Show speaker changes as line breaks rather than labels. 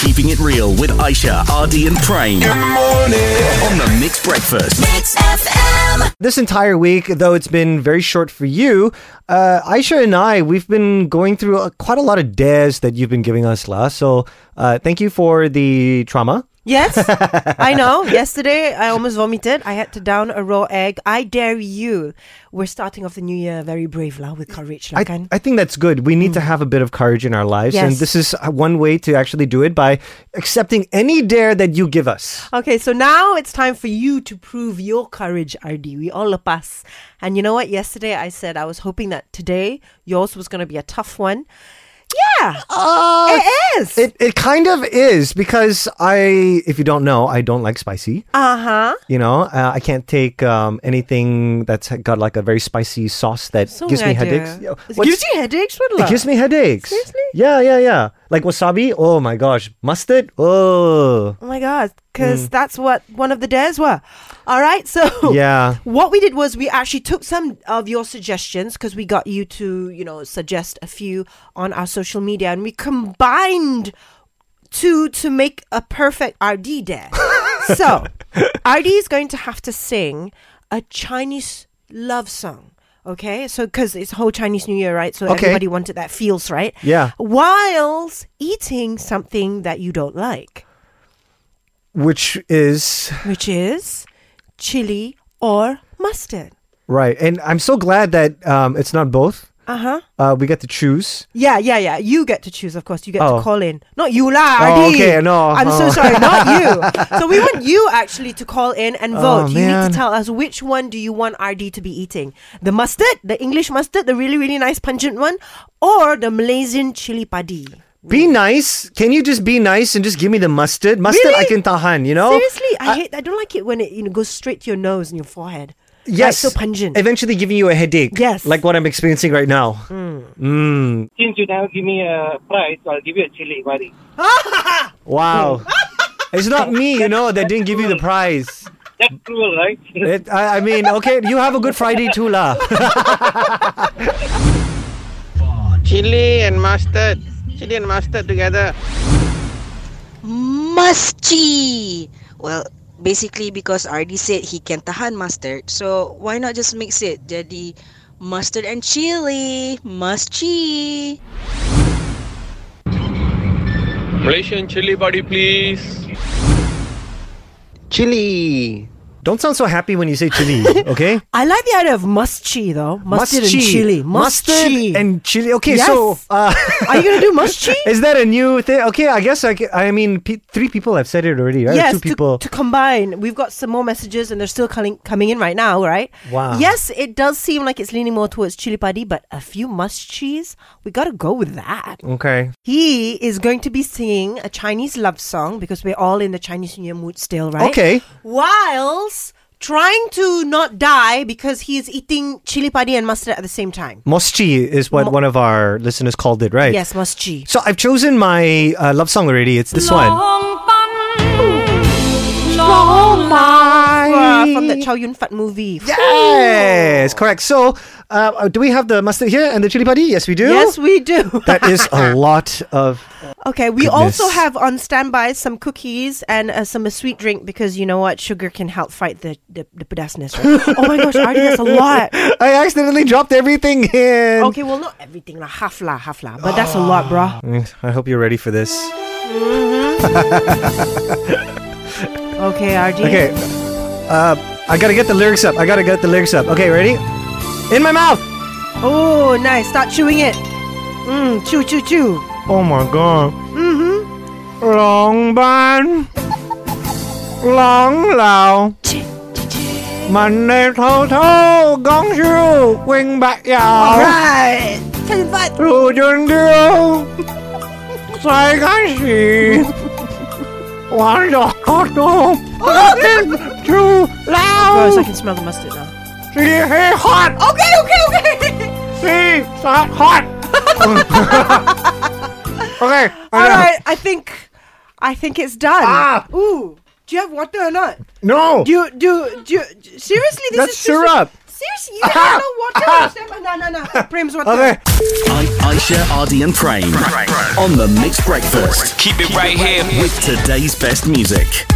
Keeping It Real with Aisha, Ardy, and Prane on the Mixed Breakfast.
Mix FM.
This entire week, though it's been very short for you, uh, Aisha and I, we've been going through uh quite a lot of dares that you've been giving us, La. So uh, thank you for the trauma.
Yes, I know. Yesterday, I almost vomited. I had to down a raw egg. I dare you. We're starting off the new year very brave, lah, with courage, lah,
I,
kan?
I think that's good. We need to have a bit of courage in our lives. And
Yes.
this is uh, one way to actually do it by accepting any dare that you give us.
Okay, so now it's time for you to prove your courage, RD. We all lepas. And you know what? Yesterday I said I was hoping that today yours was going to be a tough one. Yeah, it is.
Oh, It, it kind of is because I, if you don't know, I don't like spicy.
uh huh.
You know, uh, I can't take um, anything that's got like a very spicy sauce that gives me headaches. Yo,
It
what's-
gives you headaches? What
It gives me headaches.
Seriously?
Yeah, yeah, yeah. Like wasabi. Oh my gosh. Mustard. Oh.
Oh my god, because
Mm.
that's what one of the dares were. All right, so
Yeah.
what we did was we actually took some of your suggestions because we got you to you know suggest a few on our social media, and we combined two to make a perfect RD dare. so RD is going to have to sing a Chinese love song. Okay, so because it's whole Chinese New Year, right? So
Okay.
everybody wanted that feels, right?
Yeah.
Whilst eating something that you don't like
Which is
which is chili or mustard.
right. And I'm so glad that um, it's not both.
Uh huh.
Uh, we get to choose.
Yeah, yeah, yeah. You get to choose, of course. You get
Oh.
to call in. Not you, lah.
Oh,
Ardi.
okay, no,
I'm
oh.
so sorry. Not you. So we want you actually to call in and vote. you need
Oh, man.
to tell us which one do you want RD to be eating: the mustard, the English mustard, the really, really nice pungent one, or the Malaysian chili padi.
Be nice. Can you just be nice and just give me the mustard? Mustard I can
Really?
tahan, you know?
Seriously, I, hate. I don't like it when it you know goes straight to your nose and your forehead. Like,
Yes.
so pungent.
Eventually giving you a headache.
Yes. Hmm.
Like what I'm experiencing right now. Hmm.
Since you never give me a price, I'll give you a chili buddy.
Wow. it's not me, you know, that didn't give you the prize.
That's cruel, right?
It, I, I mean, okay, you have a good Friday too, lah.
Chili and mustard. Chili and mustard together.
musty. Well, basically because Ardi said he can tahan mustard, so why not just mix it? Jadi mustard and chili, musty.
Malaysian chili buddy, please.
Chili.
Don't sound so happy when you say chili, okay?
I like the idea of muschi though. Mustard and
Muschi.
chili. Muschi.
Mustard and chili. Okay,
Yes.
so uh,
Are you gonna do muschi?
is that a new thing? Okay, I guess I, ca- I mean pe- three people have said it already, right? Or
yes,
two
to-
people.
To, combine. We've got some more messages and they're still coming coming in right now, right?
Wow.
Yes, it does seem like it's leaning more towards chili padi, but a few muschis, we gotta go with that.
okay.
He is going to be singing a Chinese love song because we're all in the Chinese New Year mood still, right?
Okay.
Whilst trying to not die because he is eating chili padi and mustard at the same time.
Moschi is what one of our listeners called it, right?
Yes, muschi.
So I've chosen my uh, love song already. It's this one.
Uh, from that Chow Yun Fat movie.
Yes, correct. So uh, do we have the mustard here and the chili padi? Yes, we do.
Yes, we do.
that is a lot of.
Okay, we
Goodness.
also have on standby some cookies and uh, some sweet drink because you know what, sugar can help fight the the, the pedasness. Right? oh my gosh, Artie, that's a lot.
I accidentally dropped everything in.
Okay, well not everything lah, half lah, half lah, but that's a lot, bruh.
Mm, I hope you're ready for this.
Okay, Artie.
Okay. Uh, I gotta get the lyrics up. I gotta get the lyrics up. Okay, ready? In my mouth.
Oh, nice. Start chewing it. Mm, chew, chew, chew.
Oh my god. Mm-hmm. Long ban. Long lao. Monday total gong shu wing back yao.
Right.
Lu jun diu. Sai gan shi. Wan yo ko to. Chu
Gross, I
lao.
can smell the mustard now.
Shi he hot.
Okay, okay, okay.
See, hot, hot. okay.
All right, I think, I think it's done.
Ah.
Ooh, do you have water or not?
No.
Do you, do, do you, seriously? This
That's
is seriously-
syrup.
Seriously, you have no water? Sam? No, no, no. Prem's water.
Okay.
I- Aisha, Ardy, and Prane on the Mixed Breakfast
Keep it right here.
with today's best music.